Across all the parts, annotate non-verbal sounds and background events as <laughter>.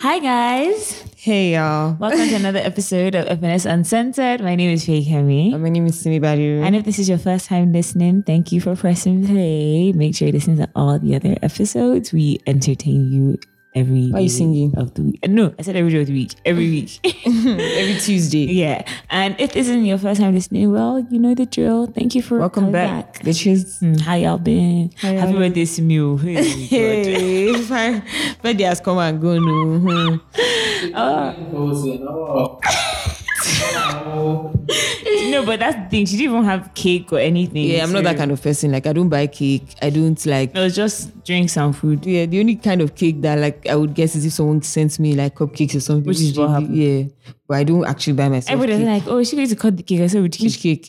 Hi, guys. Hey y'all. Welcome to another episode of Openness Uncensored. My name is Faye Kemi. My name is Simi Badu. And if this is your first time listening, thank you for pressing play. Make sure you listen to all the other episodes. We entertain you every Why are you day singing? of the week. No, I said every day of the week. Every <laughs> week. Every Tuesday. yeah. And if this isn't your first time listening, well, you know the drill. Thank you for coming Welcome back. Bitches. Mm, How y'all been? Happy y'all birthday, <laughs> Simil. Hey, God. Hey, fine. But they has come and go no. Hmm. no, but that's the thing. She didn't even have cake or anything. Yeah, I'm not that so- kind of person. Like I don't buy cake. I don't like It was just drinks and food. yeah, the only kind of cake that like I would guess is if someone sends me like cupcakes or something. Which is what happened. Yeah. But I don't actually buy myself. Everybody's cake. like, oh, is she going to cut the cake? I said, with cake. Which cake?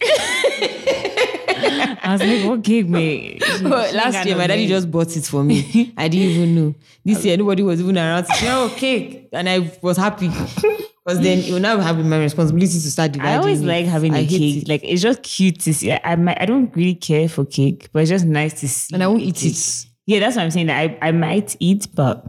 I was like, what cake, <laughs> mate? She- she ain't Last got year no my daddy name. just bought it <laughs> for me. I didn't even know. This year nobody was even around to say, oh cake. And I <laughs> was happy. Because then it will now have been my responsibility to start dividing. I always it. like having I a hate cake. it. Like it's just cute to see. I, I might I don't really care for cake, but it's just nice to see. and I won't a eat cake. it. Yeah, that's what I'm saying. That I, I might eat, but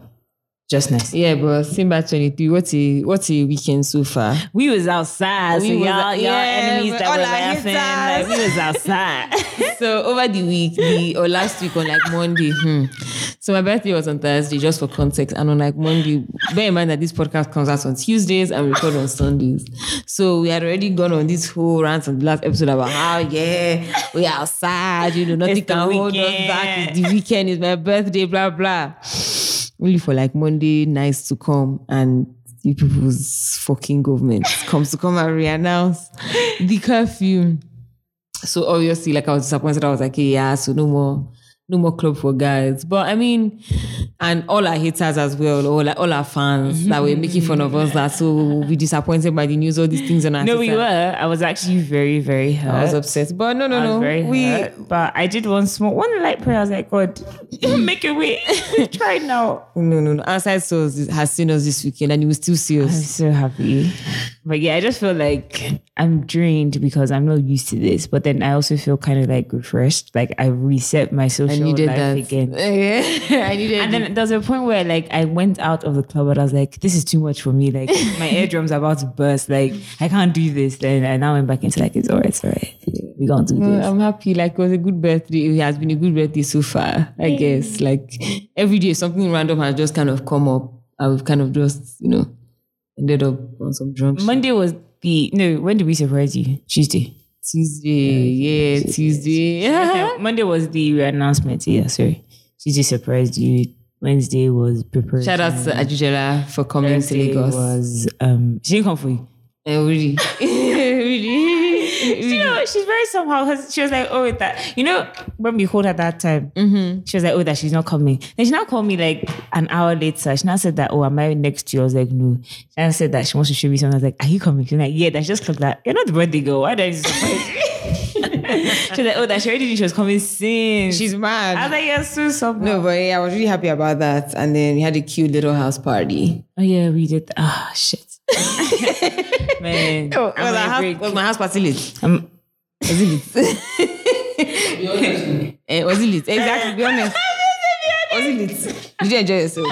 just nice. Yeah, but Simba 23, what a what a weekend so far. We was outside, so We was- y'all, y'all yeah, enemies but that all were our laughing. Like, haters. we was <laughs> outside. <laughs> so over the week, the, or last week on like Monday, hmm. so my birthday was on Thursday, just for context. And on like Monday, bear in mind that this podcast comes out on Tuesdays and we record on Sundays. So we had already gone on this whole rant on the last episode about how yeah, we are outside, you know, nothing It's the can hold us weekend. back. It's the weekend, it's my birthday, blah blah. Only for like Monday nights to come and you people's fucking government comes to come and re-announce the curfew. So obviously, like I was disappointed. I was like, "Hey, yeah, so no more, no more club for guys. But I mean, and all our haters as well, all our, all our fans that were making fun of us, that so we disappointed by the news, all these things on our no, we sister. were. I was actually very, very hurt. I was upset, but no, no, I was no. very We hurt, but I did one small, one light prayer. I was like, <laughs> God, <laughs> make a way. <laughs> Try now. no, no, no. Outside souls has seen us this weekend, and he will still see I'm <laughs> us. so happy. But yeah, I just feel like I'm drained because I'm not used to this. But then I also feel kind of like refreshed. Like I reset my social I needed life that again. Yeah, <laughs> I needed. And it. then there was a point where like I went out of the club and I was like, this is too much for me. Like <laughs> my eardrums are about to burst. Like I can't do this. Then I now went back into like it's all right, it's all right. We gonna do No, this. Mm, I'm happy. Like it was a good birthday. It has been a good birthday so far. I guess. Like every day, something random has just kind of come up, and we've kind of just, you know, ended up on some drunk shit. Monday was the no, when did we surprise you? Tuesday. Tuesday, yeah, Tuesday. Okay, Monday was the announcement. Yeah, sorry. Tuesday surprised you. Wednesday was prepared. <laughs> Shout out to Ajujela for coming to Lagos. was um she didn't come for you. Eh, <laughs> really, really. Do you know what? she's very somehow 'cause she was like, Oh, that you know, when we called her that time, she was like, Oh, that she's not coming. Then she now called me like an hour later. She now said that, Oh, am I next to you? I was like, No. She now said that she wants to show me something. I was like, Are you coming? She's like, Yeah, that's just clocked that. You're not the birthday girl. Why don't you <laughs> surprise me?" She was like, Oh, that she already knew she was coming soon. She's mad. I was like, You're so somehow. no, but yeah, I was really happy about that. And then we had a cute little house party. Oh yeah, we did that. Ah <laughs> shit. Man. Oh, I'm was, on our a house, break. was my house party lit? I'm- Was it lit? <laughs> Eh, was it lit? Exactly, be honest. Was it lit? Did you enjoy yourself?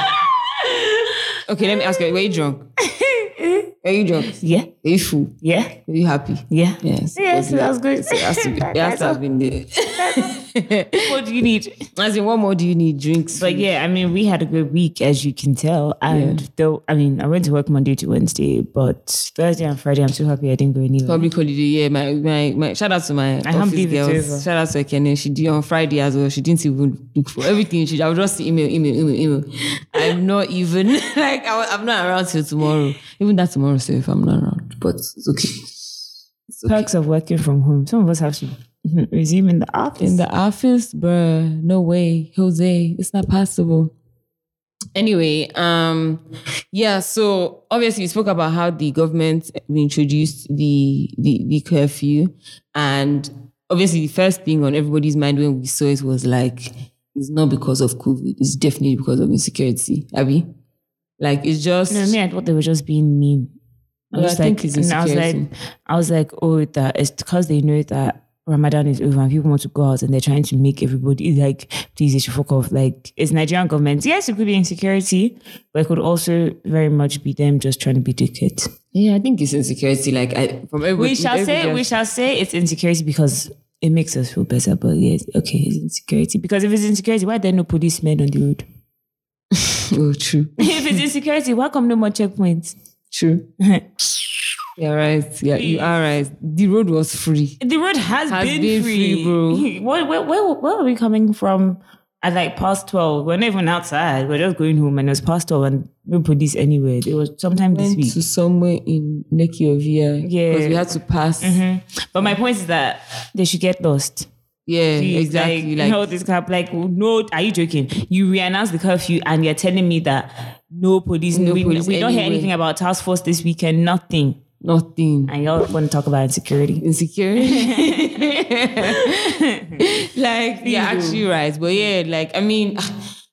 Okay, let me ask you, were you drunk? <laughs> Were you drunk? yeah, Were you full? yeah, Were you happy? yeah. Yes. Yes, that was good. It <laughs> has to be. It has to have been there. what do you need? As in, what more do you need? Drinks? But yeah, I mean, we had a good week, as you can tell. And though, I mean, I went to work Monday to Wednesday, but Thursday and Friday, I'm so happy I didn't go anywhere. Public holiday, yeah. My, my, my shout out to my can't office believe it's girls. over. Shout out to Ekene. She did on Friday as well. She didn't even look for everything. She I would just see email, email, email, email. I'm not even <laughs> like I, wa- I'm not around till tomorrow. Even that tomorrow, so if I'm not around, but it's okay. It's okay. Perks of working from home. Some of us have to <laughs> resume in the office. In the office, bruh. No way, Jose. It's not possible. Anyway, um, yeah. So obviously, we spoke about how the government introduced the the, the curfew, and obviously, the first thing on everybody's mind when we saw it was like, it's not because of COVID. It's definitely because of insecurity. Abby, like it's just No, me, I thought they were just being mean. I Well, was I like, think it's and I was like, insecurity. I was like, oh, that it's because they know that Ramadan is over and people want to go out and they're trying to make everybody like, please, they should fuck off. Like, it's Nigerian government. Yes, it could be insecurity, but it could also very much be them just trying to be dickhead. Yeah, I think it's insecurity. Like I, from everybody, We shall say, we shall say it's insecurity because it makes us feel better. But yes, okay, it's insecurity. Because if it's insecurity, why are there no policemen on the road? <laughs> Oh, true, if it's insecurity, why come no more checkpoints? <laughs> true. You're right. Yeah, you are right. The road was free. The road has, Has been, been free, free, bro. <laughs> where, where, where, where are we coming from at like past 12? We're not even outside. We're just going home and it was past 12 and no police anywhere. It was sometime this Went week. to somewhere in Lekki or Via. Yeah. because we had to pass. <laughs> But my point is that they should get lost. Yeah, Please, exactly. Like, Like, no, this crap. Like, no, are you joking? You reannounce the curfew and you're telling me that no police, No we, police we don't hear anywhere. anything about task force this weekend, nothing. nothing. And y'all want to talk about insecurity. <laughs> insecure. like you're actually right, but yeah, like I mean,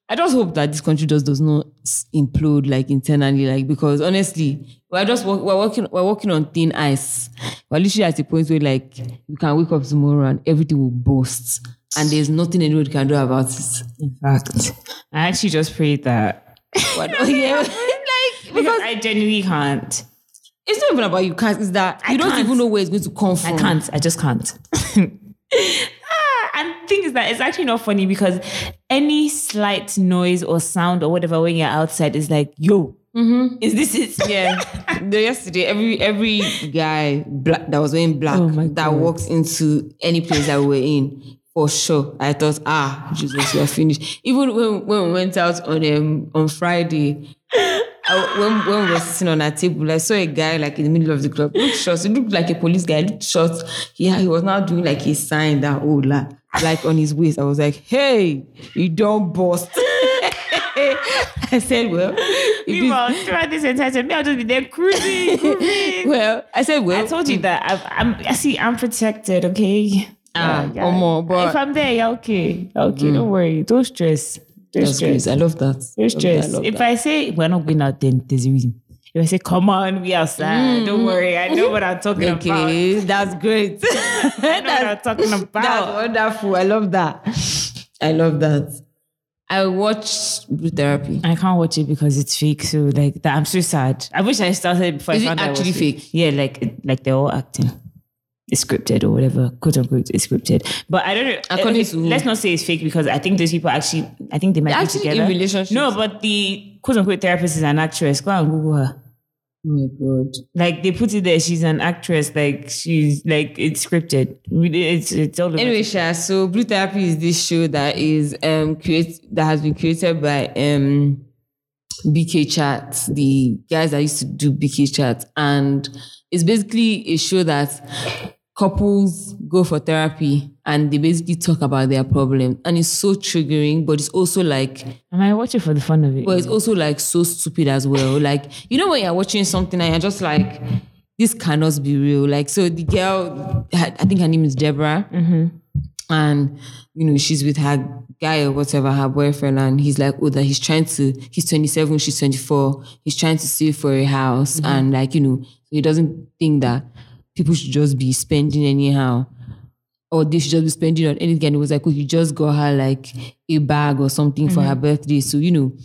I just hope that this country just does not s- implode like internally, like because honestly, we're just walk, we're working we're working on thin ice. We're literally at a point where like you can wake up tomorrow and everything will burst, and there's nothing anyone can do about it. In <laughs> fact, I actually just prayed that. We're not- yeah, like Because because I genuinely can't. it's not even about you can't. It's that you don't can't. even know where it's going to come from. I can't. I just can't. <laughs> Ah, and the thing is that it's actually not funny because any slight noise or sound or whatever when you're outside is like, yo, is this it? <laughs> Mm-hmm. Yeah, the yesterday every every guy black that was wearing black Oh my that God. walks into any place that we were in for sure. I thought, ah, Jesus, we are finished. Even when, when we went out on um, on Friday, I- when when we were sitting on a table, I saw a guy like in the middle of the club. Looked short. He looked like a police guy. Looked short. Yeah, he was now doing like a sign that oh la, like on his waist. I was like, hey, you don't bust. <laughs> I said, well, if it's- Meanwhile, throughout this entire time, me, I'll just be there cruising, <laughs> cruising. well, I said, well, I told you that I've, I'm. I see. I'm protected. Okay. Ah, Omo, but- Mm. if I'm there, yeah, okay, okay. Don't worry. Don't stress. Don't that's stress. great. I love that. Don't Love that, stress. love If that. I say we're not going out, then there's a reason. If I say come on, we outside. Don't worry. I know what I'm talking about. I Mm. <laughs> okay, that's great. <laughs> know what I'm that's, <laughs> talking about. that's wonderful. I love that. I love that. I watched Blue Therapy. I can't watch it because it's fake. So like that, I'm so sad. I wish I started before Is I it found out actually was Yeah, like it- like they're all acting. It's scripted or whatever, quote unquote, it's scripted. But I don't know. According okay, to who? let's not say it's fake because I think those people actually, I think they might They're be actually together. in relationships. No, but the quote unquote therapist is an actress. Go and Google her. Oh my god. Like they put it there, she's an actress. Like she's like it's scripted. Really, It's it's all over. Anyway, Sha, so Blue Therapy is this show that is um create that has been created by um BK Chat, the guys that used to do BK Chat, and it's basically a show that couples go for therapy and they basically talk about their problem and it's so triggering but it's also like I might watch it for the fun of it. but it's also like so stupid as well. Like, you know, when you're watching something and you're just like, this cannot be real. Like, so the girl, I I think her name is Deborah. And, you know, she's with her guy or whatever, her boyfriend. And he's like, oh, that he's trying to, he's 27, she's 24. He's trying to save for a house. And, like, you know, he doesn't think that people should just be spending anyhow or they should oh, just be spending on anything. And it was like, oh, you just got her like a bag or something for her birthday. So, you know,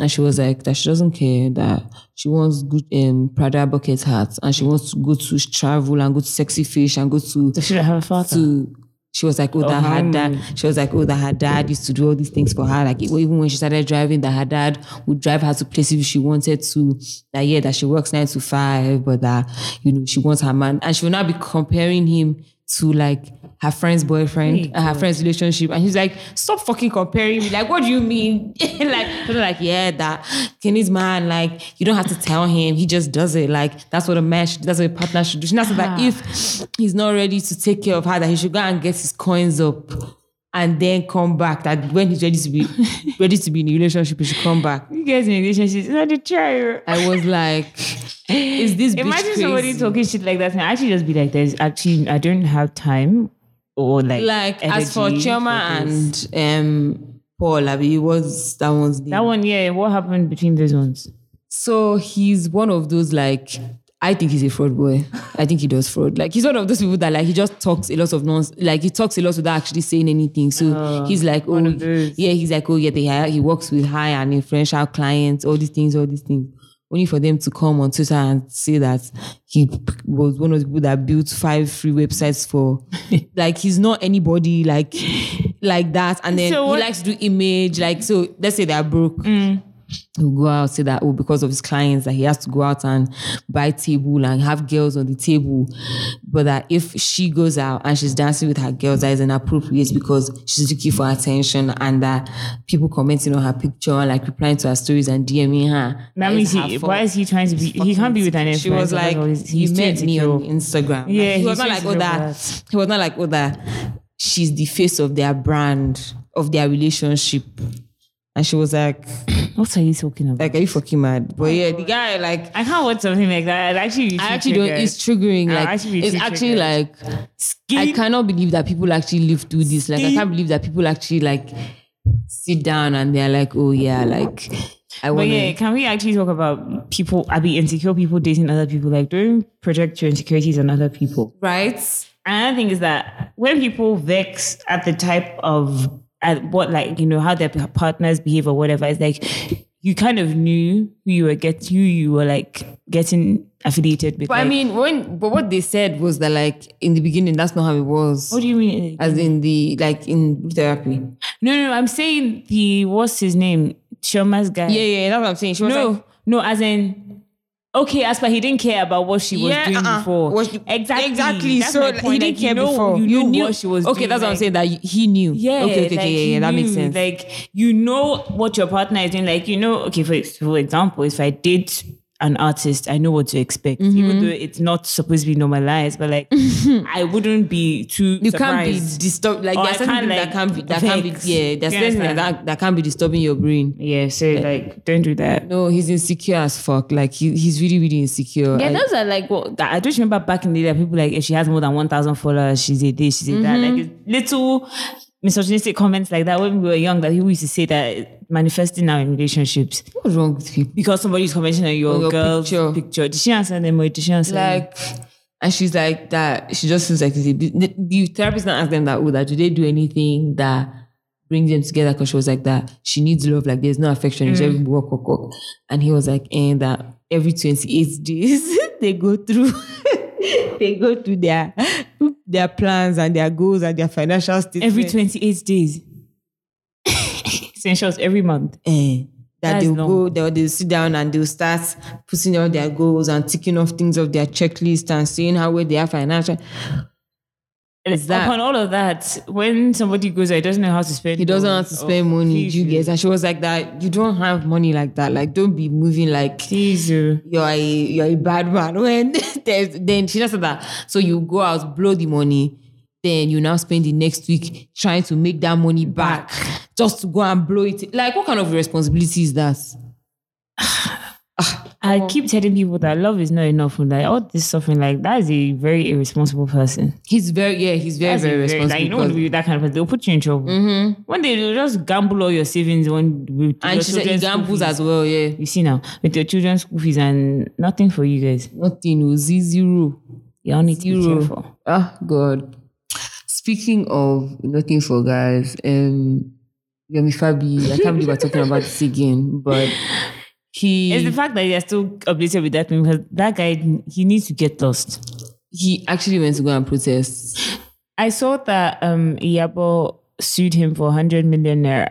and she was like, that she doesn't care, that she wants good um, Prada bucket hats and she wants to go to travel and go to Sexy Fish and go to so should I have a father? to she was like, oh, that her honey. dad. She was like, oh, that her dad used to do all these things for her. Like even when she started driving, that her dad would drive her to places if she wanted to. That yeah, that she works nine to five, but that you know she wants her man, and she will now be comparing him to like her friend's boyfriend, and her friend's relationship, and he's like, stop fucking comparing me. Like, what do you mean? <laughs> like, they're like, yeah, that Kenny's man. Like, you don't have to tell him. He just does it. Like, that's what a man should. That's what a partner should do. She now said that if he's not ready to take care of her, that he should go and get his coins up and then come back. That when he's ready <laughs> to be ready to be in a relationship, he should come back. you guys in relationships, it's not a trial. I was like, is this bitch Imagine crazy? somebody talking shit like that. And I actually just be like, there's actually, I don't have time or like. like as for energy Choma for this. and um Paul, I mean, it was that one's the That one, yeah, what happened between those ones? So he's one of those like I think he's a fraud boy. I think he does fraud. Like he's one of those people that like he just talks a lot of nonsense. Like he talks a lot without actually saying anything. So he's like, oh of those. yeah, he's like, oh yeah, they hire, he works with high and influential clients, all these things, all these things. Only for them to come on Twitter and say that he was one of the people that built five free websites <laughs> for. like he's not anybody like like that. And then So he what- Mm. likes to do image. Like so, let's say they're broke he'll go out say that oh because of his clients that he has to go out and buy table and have girls on the table but that if she goes out and she's dancing with her girls that is inappropriate because she's looking for attention and that people commenting on her picture like replying to her stories and DMing her That means is her he, fault. why is he trying to be? He can't be with an influencer. she was like because he's, he he's too met me insecure. on Instagram Like, Yeah, he he's was not too like oh insecure that for that. he was not like oh that she's the face of their brand of their relationship and she was like What are you talking about? like, are you fucking mad? But yeah, the guy, like, I can't watch something like that. I'd actually, I actually don't, it's triggering. I'll Like, actually be it's too actually triggered. like, I cannot believe that people actually live through this. Like, I Skin. can't believe that people actually, like, sit down and they're like, oh, yeah, like, I But want yeah, to. can we actually talk about people? I mean, insecure people dating other people. Like, don't project your insecurities on other people. Right? Another thing is that when people vex at the type of at what like you know how their partners behave or whatever, it's like you kind of knew who you were get who you were like getting affiliated with. But I like, mean, when, but what they said was that, like, in the beginning, that's not how it was. what do you mean? As in the, like, in therapy. No, no, I'm saying the what's his name, Shoma's guy. Yeah, yeah, that's what I'm saying. She was no, like, no, as in. Okay, as per he didn't care about what she was Yeah, doing uh-uh. before. What she- exactly, exactly. That's so my like, he point. didn't Like, care you know, before. You, knew, what she was. Okay, doing. that's what I'm like- saying. That he knew. Yeah, Okay, okay, like, okay, yeah, he yeah, that makes knew, sense. Like you know what your partner is doing. Like you know, okay, for for example, if I date an artist, I know what to expect, Mm-hmm. even though it's not supposed to be normalized. But <laughs> like, I wouldn't be too. you can't surprised. be disturbed. Like Or Oh, I there's can't, something like, that can be that can be vex. yeah. There's You something like understand? that that can be disturbing your brain. Yeah, so like, don't do that. No, he's insecure as fuck. Like he, he's really really insecure. Yeah, I- those are like what I I just remember back in the day, people like if she has more than one thousand followers, she's a this, she's a that. Like it's Mm-hmm. little misogynistic comments like that when we were young that people used to say that manifesting now in relationships what's wrong with people? because somebody's commenting on your, On your girl's picture. picture. Did she answer them or did she answer? them? Like. And she's like that. She just feels like it's a, bit- the, the therapist now asked them that. Oh, that do they do anything that brings them together? Because she was like that. She needs love. Like there's no affection. It's Mm. every work, work, work. And he was like, and that every 28 days <laughs> they go through. they go through their their plans and their goals and their financial statement. every twenty eight <laughs> days. Essentials every month. eh, that, That is they'll long. go, they'll, they'll sit down and they'll start putting out their goals and ticking off things of their checklist and seeing how well they are financial. Is that- upon all of that, when somebody goes, I doesn't know how to spend. He doesn't have to Oh, spend money, please, you guys. And she was like that, you don't have money like that. Like, don't be moving like Please, oh. you're a you're a bad man. <laughs> When there's then she just said that. So you go out, blow the money, then you now spend the next week trying to make that money back just to go and blow it. Like, what kind of responsibility is that? I keep telling people that love is not enough. and Like all this suffering, like that is a very irresponsible person. He's very yeah, he's very, That's a very Mm. responsible. Like, you don't want to because- be with that kind of person. They'll put you in trouble. One day they'll just gamble all your savings. One with your And she said he children's school gambles fees. as well, yeah. You see now with your children's school fees and nothing for you guys. Nothing, oh, z- zero. You all need to be Zero. careful. Ah, God. Speaking of nothing for guys, um, Yomi Fabi, I can't believe we're talking about this again, but he It's the fact that you're still updated with that thing because that guy he needs to get lost. he actually went to go and protest. <laughs> I saw that um Iyabo sued him for hundred million naira.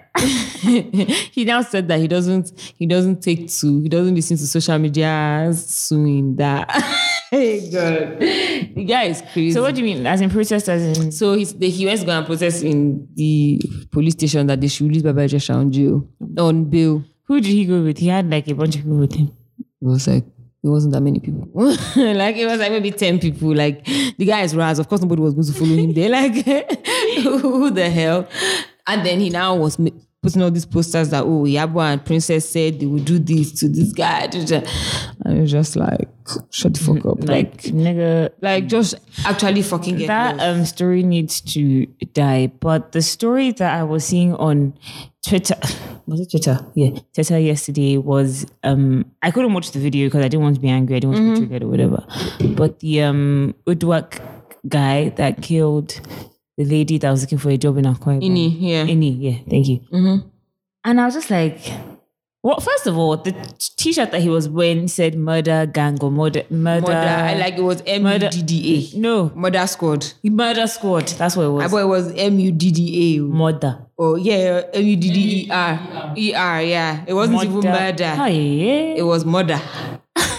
he now said that he doesn't he doesn't take to he doesn't listen to social media suing that. <laughs> hey God, the guy is crazy. <laughs> So what do you mean? As in protesters in So he's, the, he went to go and protest in the police station that they should release Baba Ijesha on jail, on bail. who did he go with? He had like a bunch of people with him. It was like, it wasn't that many people. <laughs> like, it was like maybe 10 people. Like, the guy is Raz. Of course, <laughs> nobody was going to follow him there. Like, who the hell? And then he now was ma- putting all these posters that oh Yabo and Princess said they would do this to this guy. <laughs> And it's just like shut the fuck up. Like Like, nigga, like just actually fucking get that lost. um, story needs to die. But the story that I was seeing on Twitter, <sighs> was it Twitter? Yeah, Twitter yesterday was um, I couldn't watch the video because I didn't want to be angry. I didn't want to be triggered or whatever. But the um, Udwak guy that killed the lady that was looking for a job in Akwa Ibom. Ini, yeah. Ini, yeah. Thank you. And I was just like. Well, first of all, the t-shirt that he was wearing said "murder gang" or "murder murder." Murder, I like it was M U D D no, A. Murder squad. Murder Squad. That's what it I was. thought it was M U D D A. Murder. Oh yeah, M U D D E R E R. Yeah, it wasn't even Hi, murder. yeah. It was murder.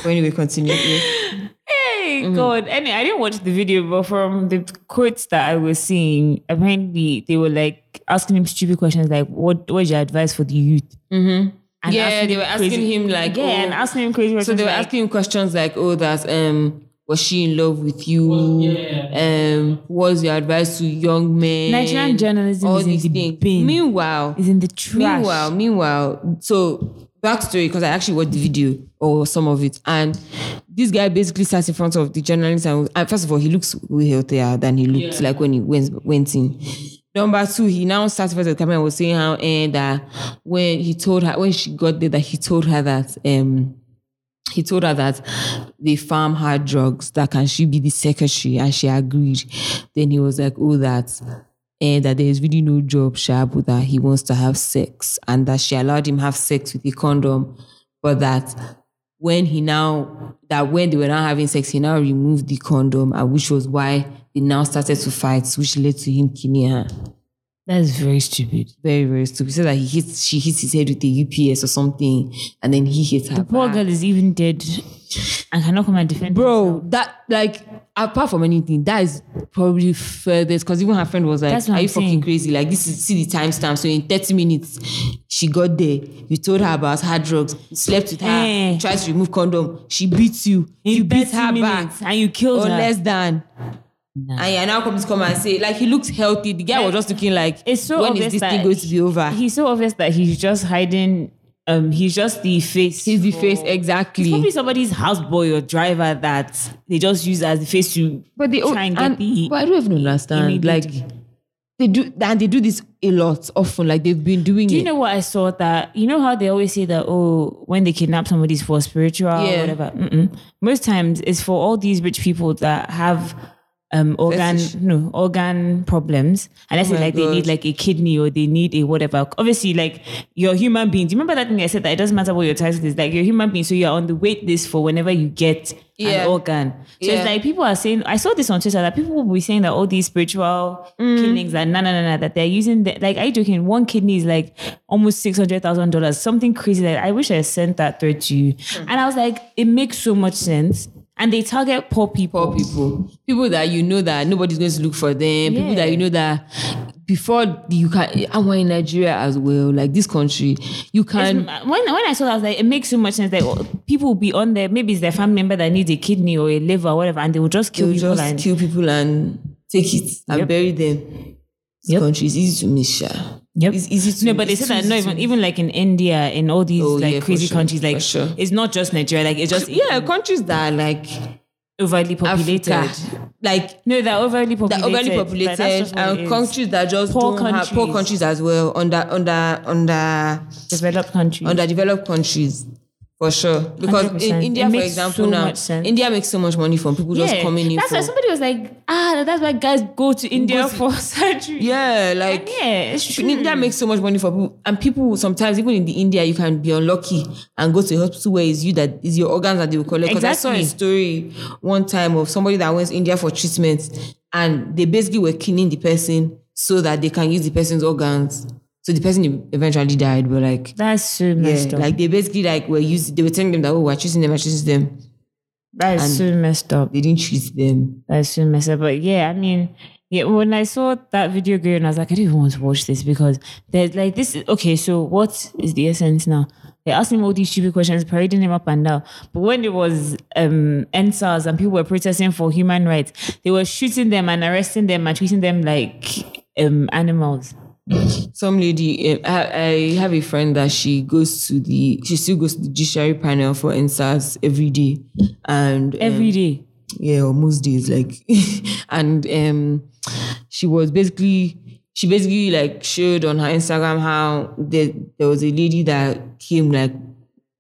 anyway, continue. yeah. Hey, God. Anyway, I didn't watch the video, but from the quotes that I was seeing, apparently they were like asking him stupid questions like, what What's your advice for the youth? Mm-hmm. Yeah, they were asking him, like, yeah, oh. and asking him crazy questions. So they were like, asking him questions like, "Oh, that's um, was she in love with you? Um, what's your advice to young men? Nigerian journalism all is in these the things. bin. Meanwhile, is in the trash. Meanwhile, meanwhile, so backstory because I actually watched the video or some of it, and this guy basically sat in front of the journalist and, and first of all, he looks way healthier than he looked like when he went went in. Number two, he now sat in front of the camera and was saying how and that when he told her when she got there that he told her that um he told her that they farm her drugs that can she be the secretary and she agreed then he was like oh that and that there is really no job sha but that he wants to have sex and that she allowed him have sex with a condom but that when he now that when they were now having sex he now removed the condom and which was why they now started to fight which led to him killing her That is very stupid. very very stupid so that he hits she hits his head with a ups or something and then he hits her The poor back. girl is even dead and cannot come and defend bro that like apart from anything that is probably furthest because even her friend was like That's are what I'm you fucking saying. crazy like this is see the timestamp so in 30 minutes she got there you told her about her drugs you slept with her Eh. you tried to remove condom she beats you In you beat 30 her back Oh, minutes and you killed or her. less than Nah. and you're now coming to come and say like he looks healthy the guy was just looking like It's so when obvious is this that thing going to be over he's so obvious that he's just hiding. Um, he's just the face. he's the face exactly Oh. It's probably somebody's houseboy or driver that they just use as the face to But they try and get and- the. but I don't even understand. Like immediately. they do and they do this a lot often. Like they've been doing do you it. know what I saw that you know how they always say that oh when they kidnap somebody it's for spiritual Yeah. or whatever. Mm-mm. Most times it's for all these rich people that have um organ Fetish. Oh no organ problems unless it's my like they need God. like a kidney or they need a whatever. Obviously like you're a human being. Do you remember that thing I said that it doesn't matter what your title is like you're a human being so you're on the wait list for whenever you get Yeah. an organ. So Yeah. it's like people are saying I saw this on Twitter that people will be saying that all these spiritual Mm. killings and na na na na that they're using the, like are you joking? One kidney is like almost six hundred thousand dollars, something crazy. Like I wish I sent that thread to you. Hmm. And I was like, it makes so much sense. And they target poor people. poor people, people that you know that nobody's going to look for them, people Yeah. that you know that before you can. I were in Nigeria as well. Like this country, you It's- can. when when I saw that, I was like, it makes so much sense. Like oh, people will be on there. Maybe it's their family member that needs a kidney or a liver or whatever, and they will just kill You people. just and kill people and take it and Yep. bury them. This Yep. country is easy to miss. Sha. Yep. It's easy to No, but they it's said that easy no, to even even like in India, in all these Oh, like yeah, for crazy sure, countries, like for sure. it's not just Nigeria, like it's just yeah, countries that are like overly populated. Africa, like No, they're overly populated. that Like, overly that's populated just what it and is. countries that just Poor don't have poor countries. countries as well under under under developed countries. underdeveloped countries for sure because in 100%. India It for makes example so now much sense. India makes so much money from people just coming in that's why for, somebody was like, ah, that's why guys go to India to- for <laughs> surgery. yeah And like yeah, it's true. India makes so much money for people and people sometimes even in the India you can be unlucky and go to a hospital where it's you that is your organs that they will collect because I saw a story one time of somebody that went to India for treatment and they basically were killing the person so that they can use the person's organs so the person eventually died but like That's so messed yeah, up. like they basically like were used they were telling them that oh we're treating them we're treating them that is so messed up. they didn't treat them That is so messed up. But yeah, I mean, yeah, when I saw that video going, I was like, I don't even want to watch this because there's like this. is- Okay, so what is the essence now? They asked him all these stupid questions, parading him up and down. But when it was um NSAS and people were protesting for human rights, they were shooting them and arresting them and treating them like um animals. some lady um, I, I have a friend that she goes to the she still goes to the judiciary panel for answers every day and um, Every day. yeah or most days like <laughs> and um she was basically she basically like showed on her instagram how there, there was a lady that came like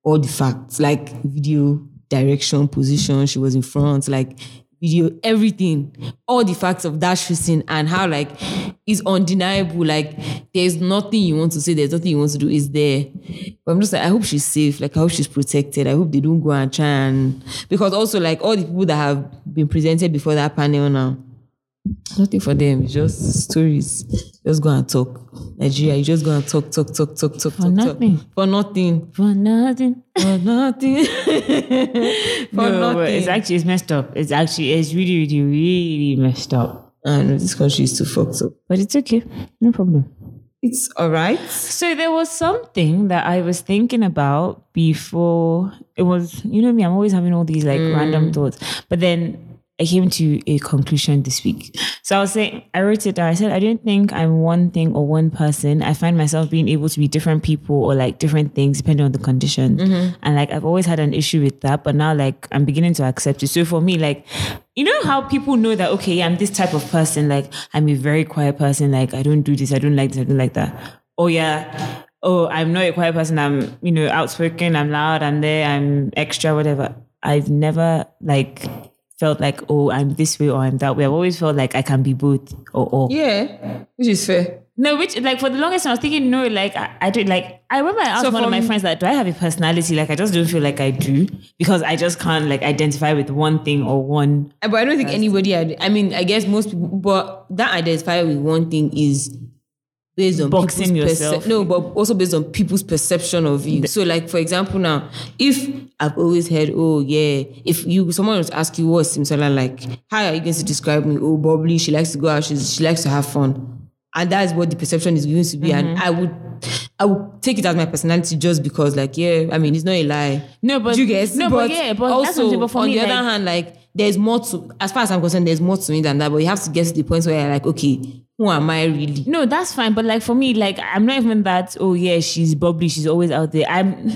all the facts like video direction position she was in front like video everything all the facts of that shooting and how like it's undeniable like there's nothing you want to say there's nothing you want to do is there but i'm just like i hope she's safe like i hope she's protected i hope they don't go and try and because also like all the people that have been presented before that panel now nothing for them it's just stories just go and talk nigeria you just go and talk talk talk talk talk for talk, nothing. talk. <laughs> for nothing For nothing. for nothing <laughs> for No, but nothing it's actually it's messed up. It's actually it's really, really, really messed up. i know this country is too fucked up But it's okay. No problem. it's all right So there was something that I was thinking about before it was, you know me, I'm always having all these like random thoughts. But then I came to a conclusion this week. So I was saying, I wrote it down. I said, I don't think I'm one thing or one person. I find myself being able to be different people or like different things depending on the condition. And like I've always had an issue with that, but now like I'm beginning to accept it. So for me, like you know how people know that okay, yeah, I'm this type of person. Like I'm a very quiet person. Like I don't do this. I don't like this. I don't like that. Oh yeah. Oh, I'm not a quiet person. I'm you know outspoken. I'm loud. I'm there. I'm extra. Whatever. I've never like felt like oh I'm this way or I'm that way. I've always felt like I can be both or all. yeah which is fair No, which like for the longest time I was thinking, no, like I, I don't like I remember I asked So one of my from- friends that do I have a personality? Like I just don't feel like I do because I just can't like identify with one thing or one Uh, But I don't think anybody. Had, I mean, I guess most people. But that identify with one thing is based on Boxing people's perce- yourself. no, but also based on people's perception of you. So, like for example, now if I've always heard, oh yeah, if you someone was to ask you what's Simsala like, how are you going to describe me? Oh, bubbly. She likes to go out. She's, she likes to have fun, and that is what the perception is going to be. And Mm-hmm. I would. I would take it as my personality just because, like, yeah, I mean, it's not a lie. No, but- Do you guess, no, but yeah, but that's what I'm also saying, but for on me, the other like- hand hand, like there's more to as far as I'm concerned, there's more to me than that. But you have to get to the point where you're like, okay, who am I really? No, that's fine. But like for me, like I'm not even that. Oh yeah, she's bubbly. She's always out there. I'm,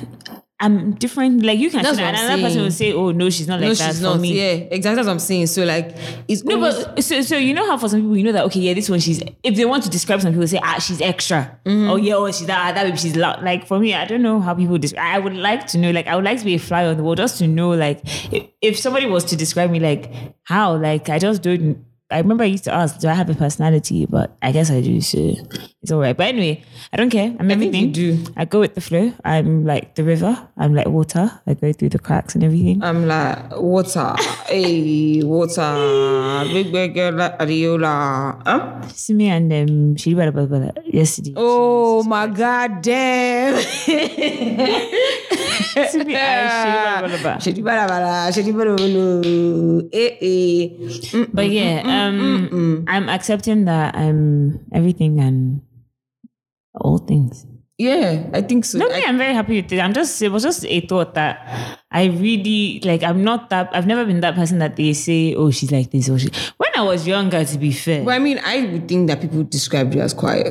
I'm different. Like you can. That's say that, what I'm and another person will say, oh no, she's not like no, that she's for not. me. Yeah, exactly that's what I'm saying. So like it's No, almost- but so, so you know how for some people you know that okay yeah this one she's if they want to describe some people say ah she's extra Mm-hmm. oh yeah oh she's that ah, that baby she's loud like for me I don't know how people describe I would like to know like I would like to be a fly on the wall just to know like if, if somebody was to describe me like how like I just don't I remember I used to ask do I have a personality but I guess I do so it's all right but anyway I don't care I'm think everything you do. I go with the flow I'm like the river I'm like water I go through the cracks and everything I'm like water, <laughs> hey water, big big girl like Ariola. Huh? see me and um she blah, blah, blah, blah, yesterday Oh my god, damn! <laughs> <laughs> to be eyeshadow, blah, blah, blah. Shadi bala bala, shadi bala bala. Eh eh. Mm. But yeah, um, I'm accepting that I'm everything and all things. Yeah, I think so. No, I- me, I'm very happy with it. I'm just, it was just a thought that I really, like, I'm not that, I've never been that person that they say, oh, she's like this, or she. When I was younger, to be fair, But I mean, I would think that people described you as quiet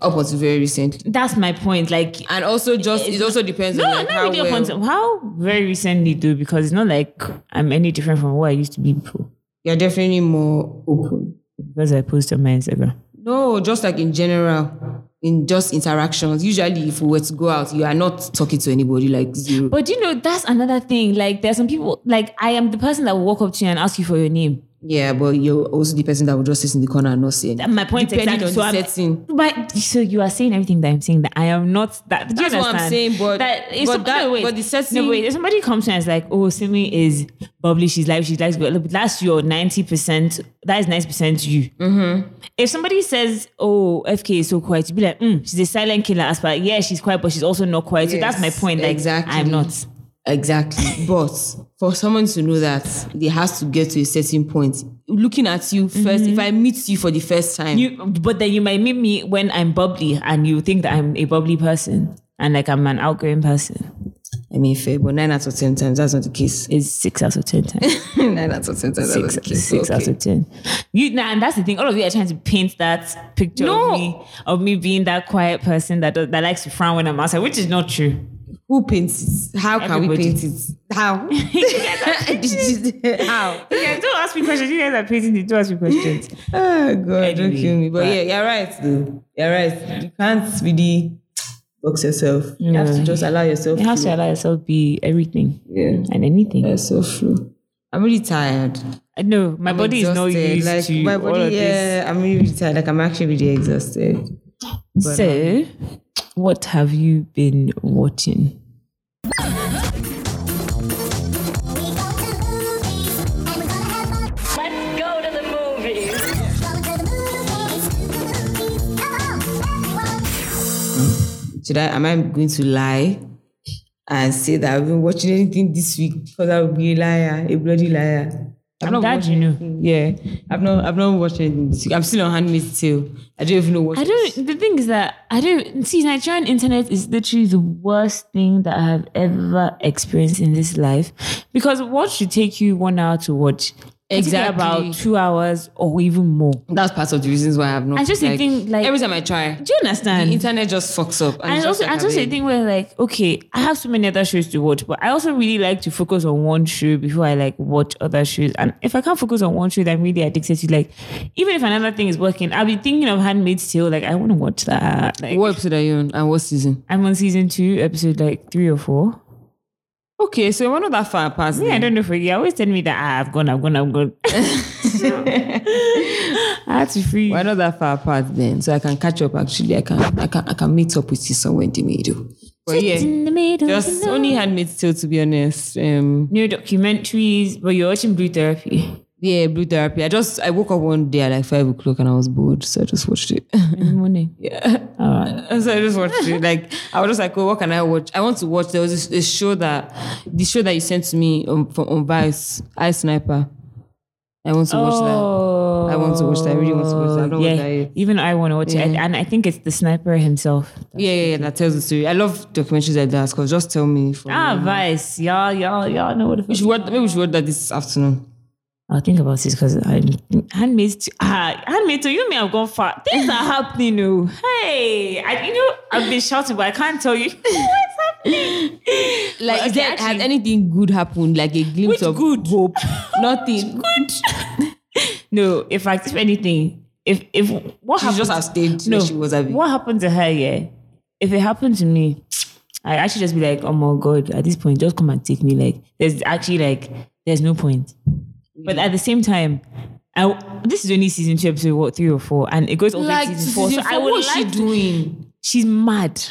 up until very recently. that's my point. Like, And also, just it also depends no, on like, not how really well- upon some- how very recently, though, because it's not like I'm any different from what I used to be before You're definitely more open. because I post on my Instagram. No, just like in general, in just interactions. Usually, if we were to go out, you are not talking to anybody like zero. But you know, that's another thing. Like, there's some people, like, I am the person that will walk up to you and ask you for your name. yeah, but you're also the person that would just sit in the corner and not say anything. That- my point Depending exactly. on so the I'm- setting. But so you are saying everything that I'm saying that I am not that. Do you That's what I'm understand? saying, but- that if but somebody- that- no, wait, but the setting- No, wait. If somebody comes to me and is like, "Oh, Simi is bubbly. She's like, she likes." But that's your ninety percent. That is ninety percent you. Mm-hmm. If somebody says, "Oh, FK is so quiet," you be like, mm, "She's a silent killer." As per, yeah, she's quiet, but she's also not quiet. so that's my Yes, point. Like, exactly. I'm not. Exactly. But for someone to know that, they has to get to a certain point. Looking at you 1st Mm-hmm. if I meet you for the first time, You, but then you might meet me when I'm bubbly, and you think that I'm a bubbly person, and like I'm an outgoing person. I mean, fair, but nine out of ten times that's not the case. It's six out of ten times. <laughs> nine out of ten times that's not six the case. six out Okay. of ten. You now, and that's the thing. All of you are trying to paint that picture No. of me of me being that quiet person that does, that likes to frown when I'm outside, which is not true. <laughs> Who paints? it? How can we Everybody. paint it? How? <laughs> How? You guys don't ask me questions. You guys are painting the don't ask me questions. <laughs> Oh God, don't Anyway, kill me. But, but- yeah, you're right though. You're right. You can't really box yourself. You have to No. just allow yourself. You have to allow yourself be everything Yeah, and anything. that's so true. I'm really tired. No, my I'm body is not exhausted. used like, to my all body. of Yeah, I'm really tired. Like I'm actually really exhausted. this. So, um, what have you been watching? Let's go to the movies. Should I? Am I going to lie and say that I've been watching anything this week? Because I would be a liar, a bloody liar. I've I'm not glad watched you know. anything. Yeah, I've not. I've not watched anything this week. I'm still on Handmaid's Tale. I don't even know what. I don't. The thing is that I don't see Nigerian internet is literally the worst thing that I have ever experienced in this life, because what should take you one hour to watch, It took me Exactly. about two hours or even more. That's part of the reasons why I've not. I just like, think, like- every time I try, Do you understand? the internet just fucks up. And, and it's also, just like, and also the "Abeg." thing where like, okay, I have so many other shows to watch, but I also really like to focus on one show before I like watch other shows. And if I can't focus on one show that I'm really addicted to, like, even if another thing is working, I'll be thinking of Handmaid's Tale. Like, I want to watch that. Like, What episode are you on and what season? I'm on season two, episode like three or four. Okay, so we're not that far past. Yeah, I then. don't know for you. always tell me that ah, I've gone, I've gone, I've gone. <laughs> So, I had to free. We're not that far apart then, so I can catch up. Actually, I can, I can, I can meet up with you somewhere in the middle. But yeah, in the middle. of just the only night. handmade tale to be honest. Um, new documentaries, but you're watching Blue <laughs> Therapy. yeah, blue therapy. I just I woke up one day at like five o'clock and I was bored, so I just watched it. <laughs> in the morning. yeah, And so I just watched it. Like I was just like, oh, what can I watch? I want to watch. There was this, this show that the show that you sent to me on from on Vice, Eye Sniper. I want to watch that. Oh, I want to watch that. I really want to watch that. I don't watch that yeah, yet. even I want to watch it, and I think it's the sniper himself. Yeah, yeah, yeah, that tells the story. I love documentaries like that because just tell me. From, Ah, Vice, y'all, y'all, y'all know what. The we fuck- should watch, maybe we should watch that this afternoon. I'll think about this because I'm handmade. To, ah, handmade to you, me, I've gone far. Things are happening. Oh, hey, I, you know, I've been shouting, but I can't tell you. <laughs> Like, Well, is okay, there, actually- has anything good happened? Like a glimpse Which of good? hope? Nothing. Good. no, in fact, if anything, if if what She just happened, have stayed no, where she was. Having. what happened to her? Yeah, if it happened to me, I actually just be like, oh my god, at this point, just come and take me. Like, there's actually like, there's no point. But at the same time. I, this is only season two, episode what three or four, and it goes all the way to season four. So I would what's like she doing? she's mad.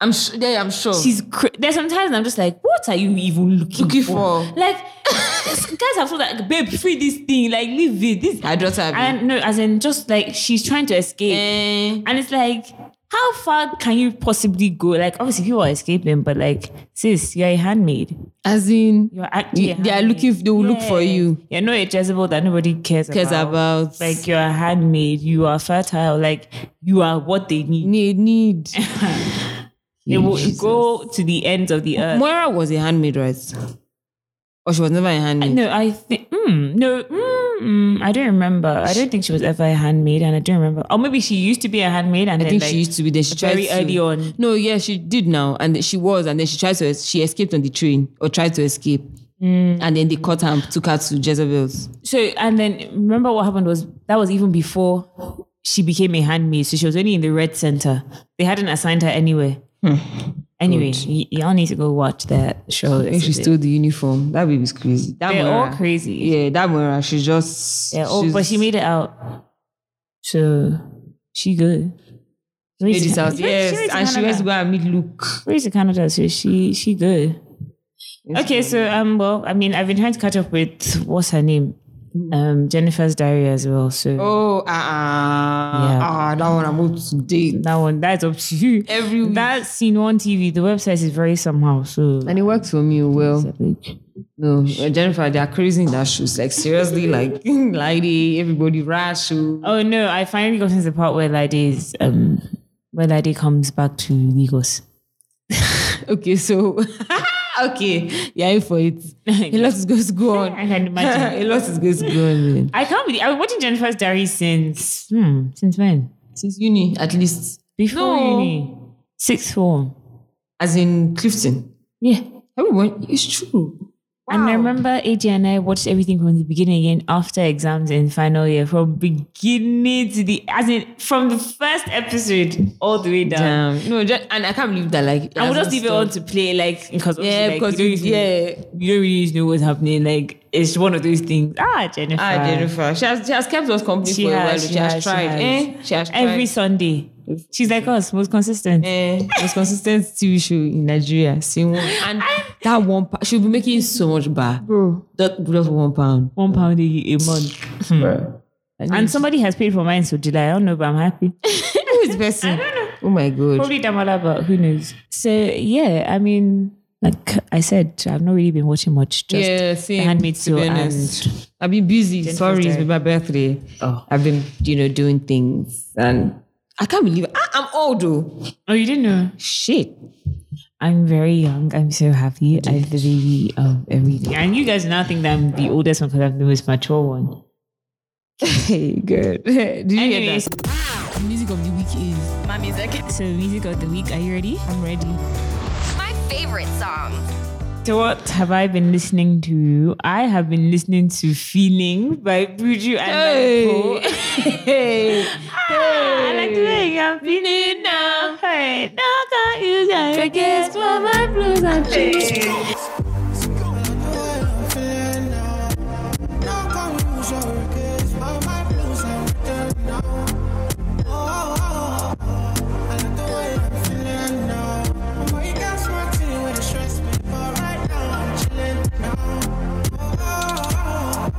I'm sure. Yeah, I'm sure. She's cra- there's sometimes I'm just like, what are you even looking, Looking for. Like <laughs> guys have told like, babe, free this thing, like leave it. This her daughter. Abby. and no, as in just like she's trying to escape, Eh, and it's like. How far can you possibly go? Like, obviously, people are escaping, but like, sis, you're a handmaid. as in, You're actually. a they are handmaid. looking. They will look for Yeah. you. You're not a Jezebel that nobody cares, Cares about Like, you're a handmaid. You are fertile. Like, you are what they need. <laughs> need need. They will Jesus. go uh, to the ends of the earth. Moira was a handmaid, right? Or she was never a handmaid. No, I think mm, no. Mm, mm, I don't remember. I don't think she was ever a handmaid, and I don't remember. Or maybe she used to be a handmaid, and I then think like, she used to be there. She tried very to- early on. No, yeah, she did now, and she was, and then she tried to. She escaped on the train or tried to escape, Mm. and then they caught her and took her to Jezebel's. So and then remember what happened was that was even before she became a handmaid. So she was only in the red center. They hadn't assigned her anywhere. Hmm. Anyway, y- y'all need to go watch that show. And she It's- stole the uniform. That baby's crazy. That They're Moira- all crazy. Yeah, that Moira. She just. Yeah, oh, but she's- she made it out. So she good. made it out. She went- Yes, went to and she went Canada. to go and meet Luke. Where's the Canada? So she she good. Okay, so um, well, I mean, I've been trying to catch up with what's her name, um, Jennifer's Diary as well. So Hmm. Oh, ah, ah, Yeah. ah, that one I'm up to date. that one, that's up to you. Every week. That's seen on TV. The website is very somehow. So And it worked for me oh, well. I No, uh, Jennifer, they are crazy in that shoes. Like seriously, like <laughs> lady, everybody rash. shoe. oh no, I finally got into the part where Lade's um, where Lade comes back to Lagos. Okay, so <laughs> okay, yeah, in <laughs> for it. A lot is going to go on. I can <laughs> imagine. <laughs> A lot is going to go on. man. I can't believe I've been watching Jennifer's Diary since hmm, since when? Since uni, at least. Before No. uni. Sixth form. As in Clifton. Yeah. Everyone, it's true. And I Wow. remember AJ and I watched everything from the beginning again after exams in final year, from beginning to the as in from the first episode all the way down. Damn. No, just, and I can't believe that. Like, I would hasn't just even stopped. want to play like because Yeah, obviously, like, because you you- don't really- you don't really know what's happening. Like it's one of those things. Ah, Jennifer. Ah, Jennifer. She has, she has kept us company She for a has, while. she She, has, has, she tried. has. Eh? She has tried. Every Sunday, she's like us, most consistent. Eh, <laughs> most consistent TV show in Nigeria. Same one. And that one, pa- she'll be making so much bar. Bro, That just one pound. one pound a, a month. And somebody has paid for mine so July. I don't know, but I'm <laughs> happy. who is person? I don't know. Oh my god. Probably Damala, but who knows? So yeah, I mean, like I said, I've not really been watching much. Just yeah, The same. Handmaid's to Tale be and honest. I've been busy. Jennifer's Sorry, it's Diary. been my birthday. oh, I've been, you know, doing things and I can't believe I, I'm old though. oh, you didn't know? Shit. I'm very young. I'm so happy. I have the baby of everything. And you guys now think that I'm the oldest one because I'm the most mature one. Hey, good. <laughs> Did you hear Anyways, that? Music of the week is so music of the week. Are you ready? I'm ready. My favorite song. So what have I been listening to? I have been listening to Feeling by Buju and Hey. hey. <laughs> hey. I like the way I'm feeling now. Hey, now can't use that against for my blues and things.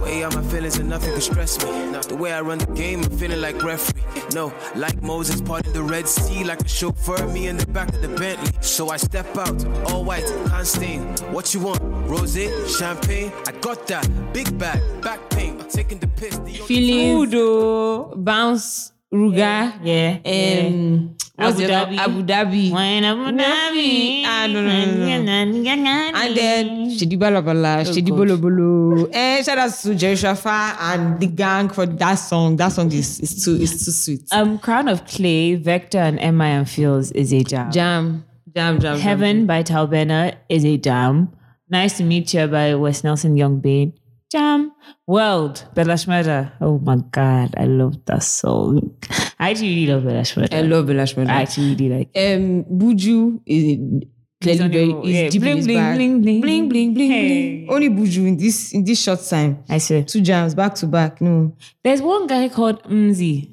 Way out my feelings and nothing can stress me. Not the way I run the game, I'm feeling like referee. No, like Moses parted the Red Sea, like a chauffeur, me in the back of the Bentley. So I step out, all white, can't stain. What you want? Rose, champagne? I got that. Big bag, back pain, taking the piss. The only- Feelings. Udo. Bounce, Ruga, Yeah. yeah. um, what's Abu the other- Dhabi. Abu Dhabi. When I'm Dhabi. Ah, no, no, no, And then Shedi Balabala, Shedi Oh, God. Bolo <laughs> Bolo. Eh, shout out to Jerry Shafa and the gang for that song. That song is, is too is too sweet. um, Crown of Clay, Vector, and Emma and Fields is a jam. Jam, jam, jam. Heaven by Talbena is a jam. Nice to meet you by Wes Nelson Young Bain. Jam. World, Bella Shmurda. Oh my God, I love that song. I actually really love Bella Shmurda. Jam. I love Belash I Murda. actually really like Um, Buju is clearly on very your- is yeah, deep in bling, his bling, bag. bling, bling. bling, bling, bling, Hey. bling. Only Buju in this in this short time. I swear. Two jams back to back. No, There's one guy called Mzi,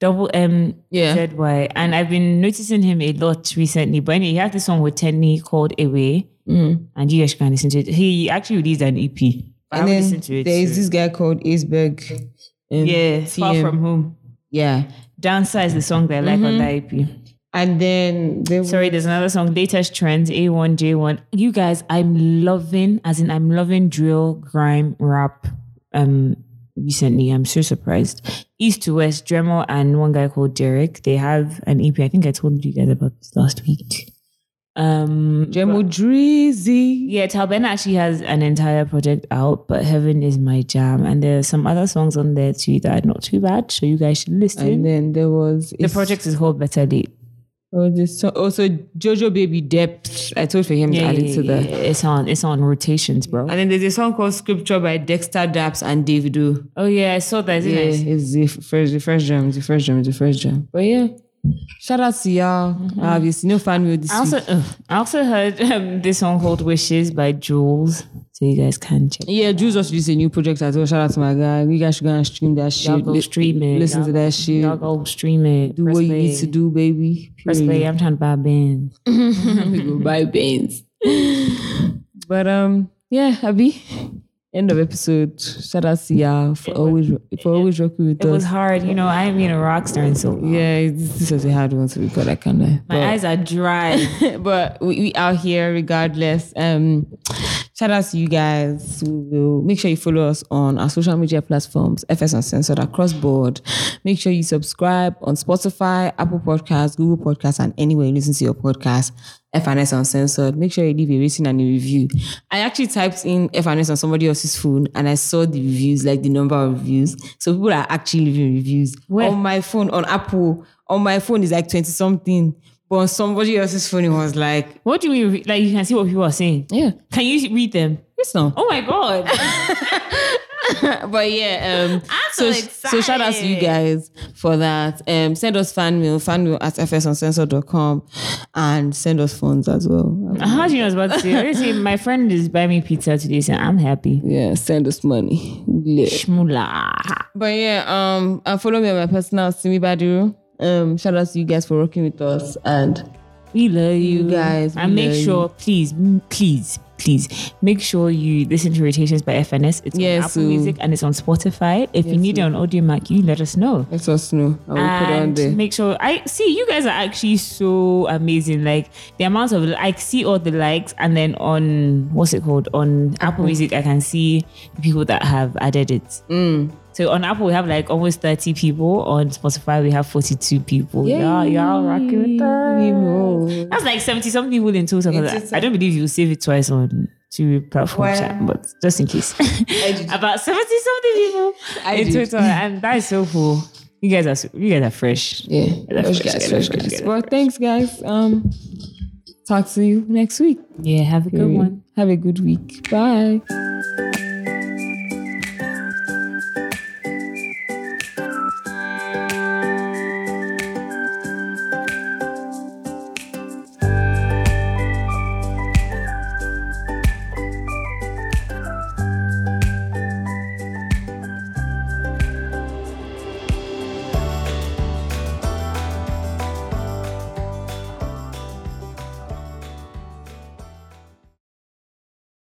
double M Yeah. Z Y, and I've been noticing him a lot recently. But anyway, he has this song with Tenny called Away, and you guys can listen to it. He actually released an EP. But I and haven't then listened to it. there is so- this guy called Aceberg. um, yeah, far TM. from home. yeah. Dancer is the song that I like Mm-hmm. on that E EP. And then there was Sorry, there's another song, Latest Trends, A1, J1. You guys, I'm loving, as in I'm loving drill, grime, rap. Um, recently, I'm so surprised. East to West, Dremel and one guy called Derek. They have an EP. I think I told you guys about this last week. Um, Jemo Drizzy. yeah, Talbena actually has an entire project out, but Heaven is my jam, and there are some other songs on there too that are not too bad. So you guys should And listen. then there was The project is called Better Late. Oh, this song. Also, Jojo Baby Depth. I told for him to add it to that. It's on. It's on rotations, bro. And then there's a song called Scripture by Dexter Daps and Davido. Oh yeah, I saw that. Isn't Yeah, it? it's the f- first, the first jam, the first jam, the first jam. But yeah, shout out to y'all. Obviously, no fan with this. Mm-hmm. I also, week. ugh, I also heard um, this song called "Wishes" by Jules, so you guys can check. yeah, Jules just released a new project as well. Shout out to my guy. You guys should go and stream that shit. Y'all go Li- stream it. Listen Y'all to go- that shit. Y'all go stream it. do Press what you play. need to do, baby. Press play. <laughs> I'm trying to buy bands. we go buy bands. <laughs> But um, yeah, Abby. End of episode. Shout out to y'all for always for always rocking with It us. was hard, you know. I ain't been a rock star in so long. Yeah, it- this was a hard one to record. I can't lie. <laughs> My eyes are dry. But, but we, we out here regardless. Um, Shout out to you guys. We will make sure you follow us on our social media platforms, FS Uncensored across board. Make sure you subscribe on Spotify, Apple Podcasts, Google Podcasts, and anywhere you listen to your podcast. FNS Uncensored. Make sure you leave a rating and a review. I actually typed in FNS on somebody else's phone and I saw the reviews, like the number of reviews. So people are actually leaving reviews Where? on my phone, on Apple. On my phone is like 20 something. But on somebody else's phone, it was like, What do you mean? Like you can see what people are saying. yeah, Can you read them? it's not. Oh my god! <laughs> <laughs> but yeah, um, so, so so shout out to you guys for that. Um, send us fan mail, fan mail at fsuncensor.com and send us funds as well. How do you know I was about to say? I was saying, my friend is buying me pizza today, so I'm happy. <laughs> Yeah, send us money. Yeah. Shmula. But yeah, um, and follow me on my personal Simi Badiru. Um, shout out to you guys for working with us and We love you, guys, we And make love you. sure, please, mm, please, please, make sure you listen to Rotations by FNS. It's Yes, on Apple ooh. Music and it's on Spotify. If you need it on Audio Mac, you let us know. let us know. I will put it on And there. make sure I see you guys are actually so amazing. Like the amount of I see all the likes, and then on what's it called on Apple Music, I can see the people that have added it. Mm. So on Apple we have like almost thirty people. On Spotify we have forty two people. Yeah, y'all rocking with us. Yay. Mo. That's like seventy some people in total. 'cause It's- it's- I, I don't believe you save it twice on two platforms, Well, but just in case, <laughs> about seventy something people I in did. total, and that is so cool. You guys are so- you guys are fresh. Yeah, fresh, fresh guys, get fresh that fresh, guys. get that Well, thanks, guys. Um, talk to you next week. Yeah, have a good one. Have a good week. Bye.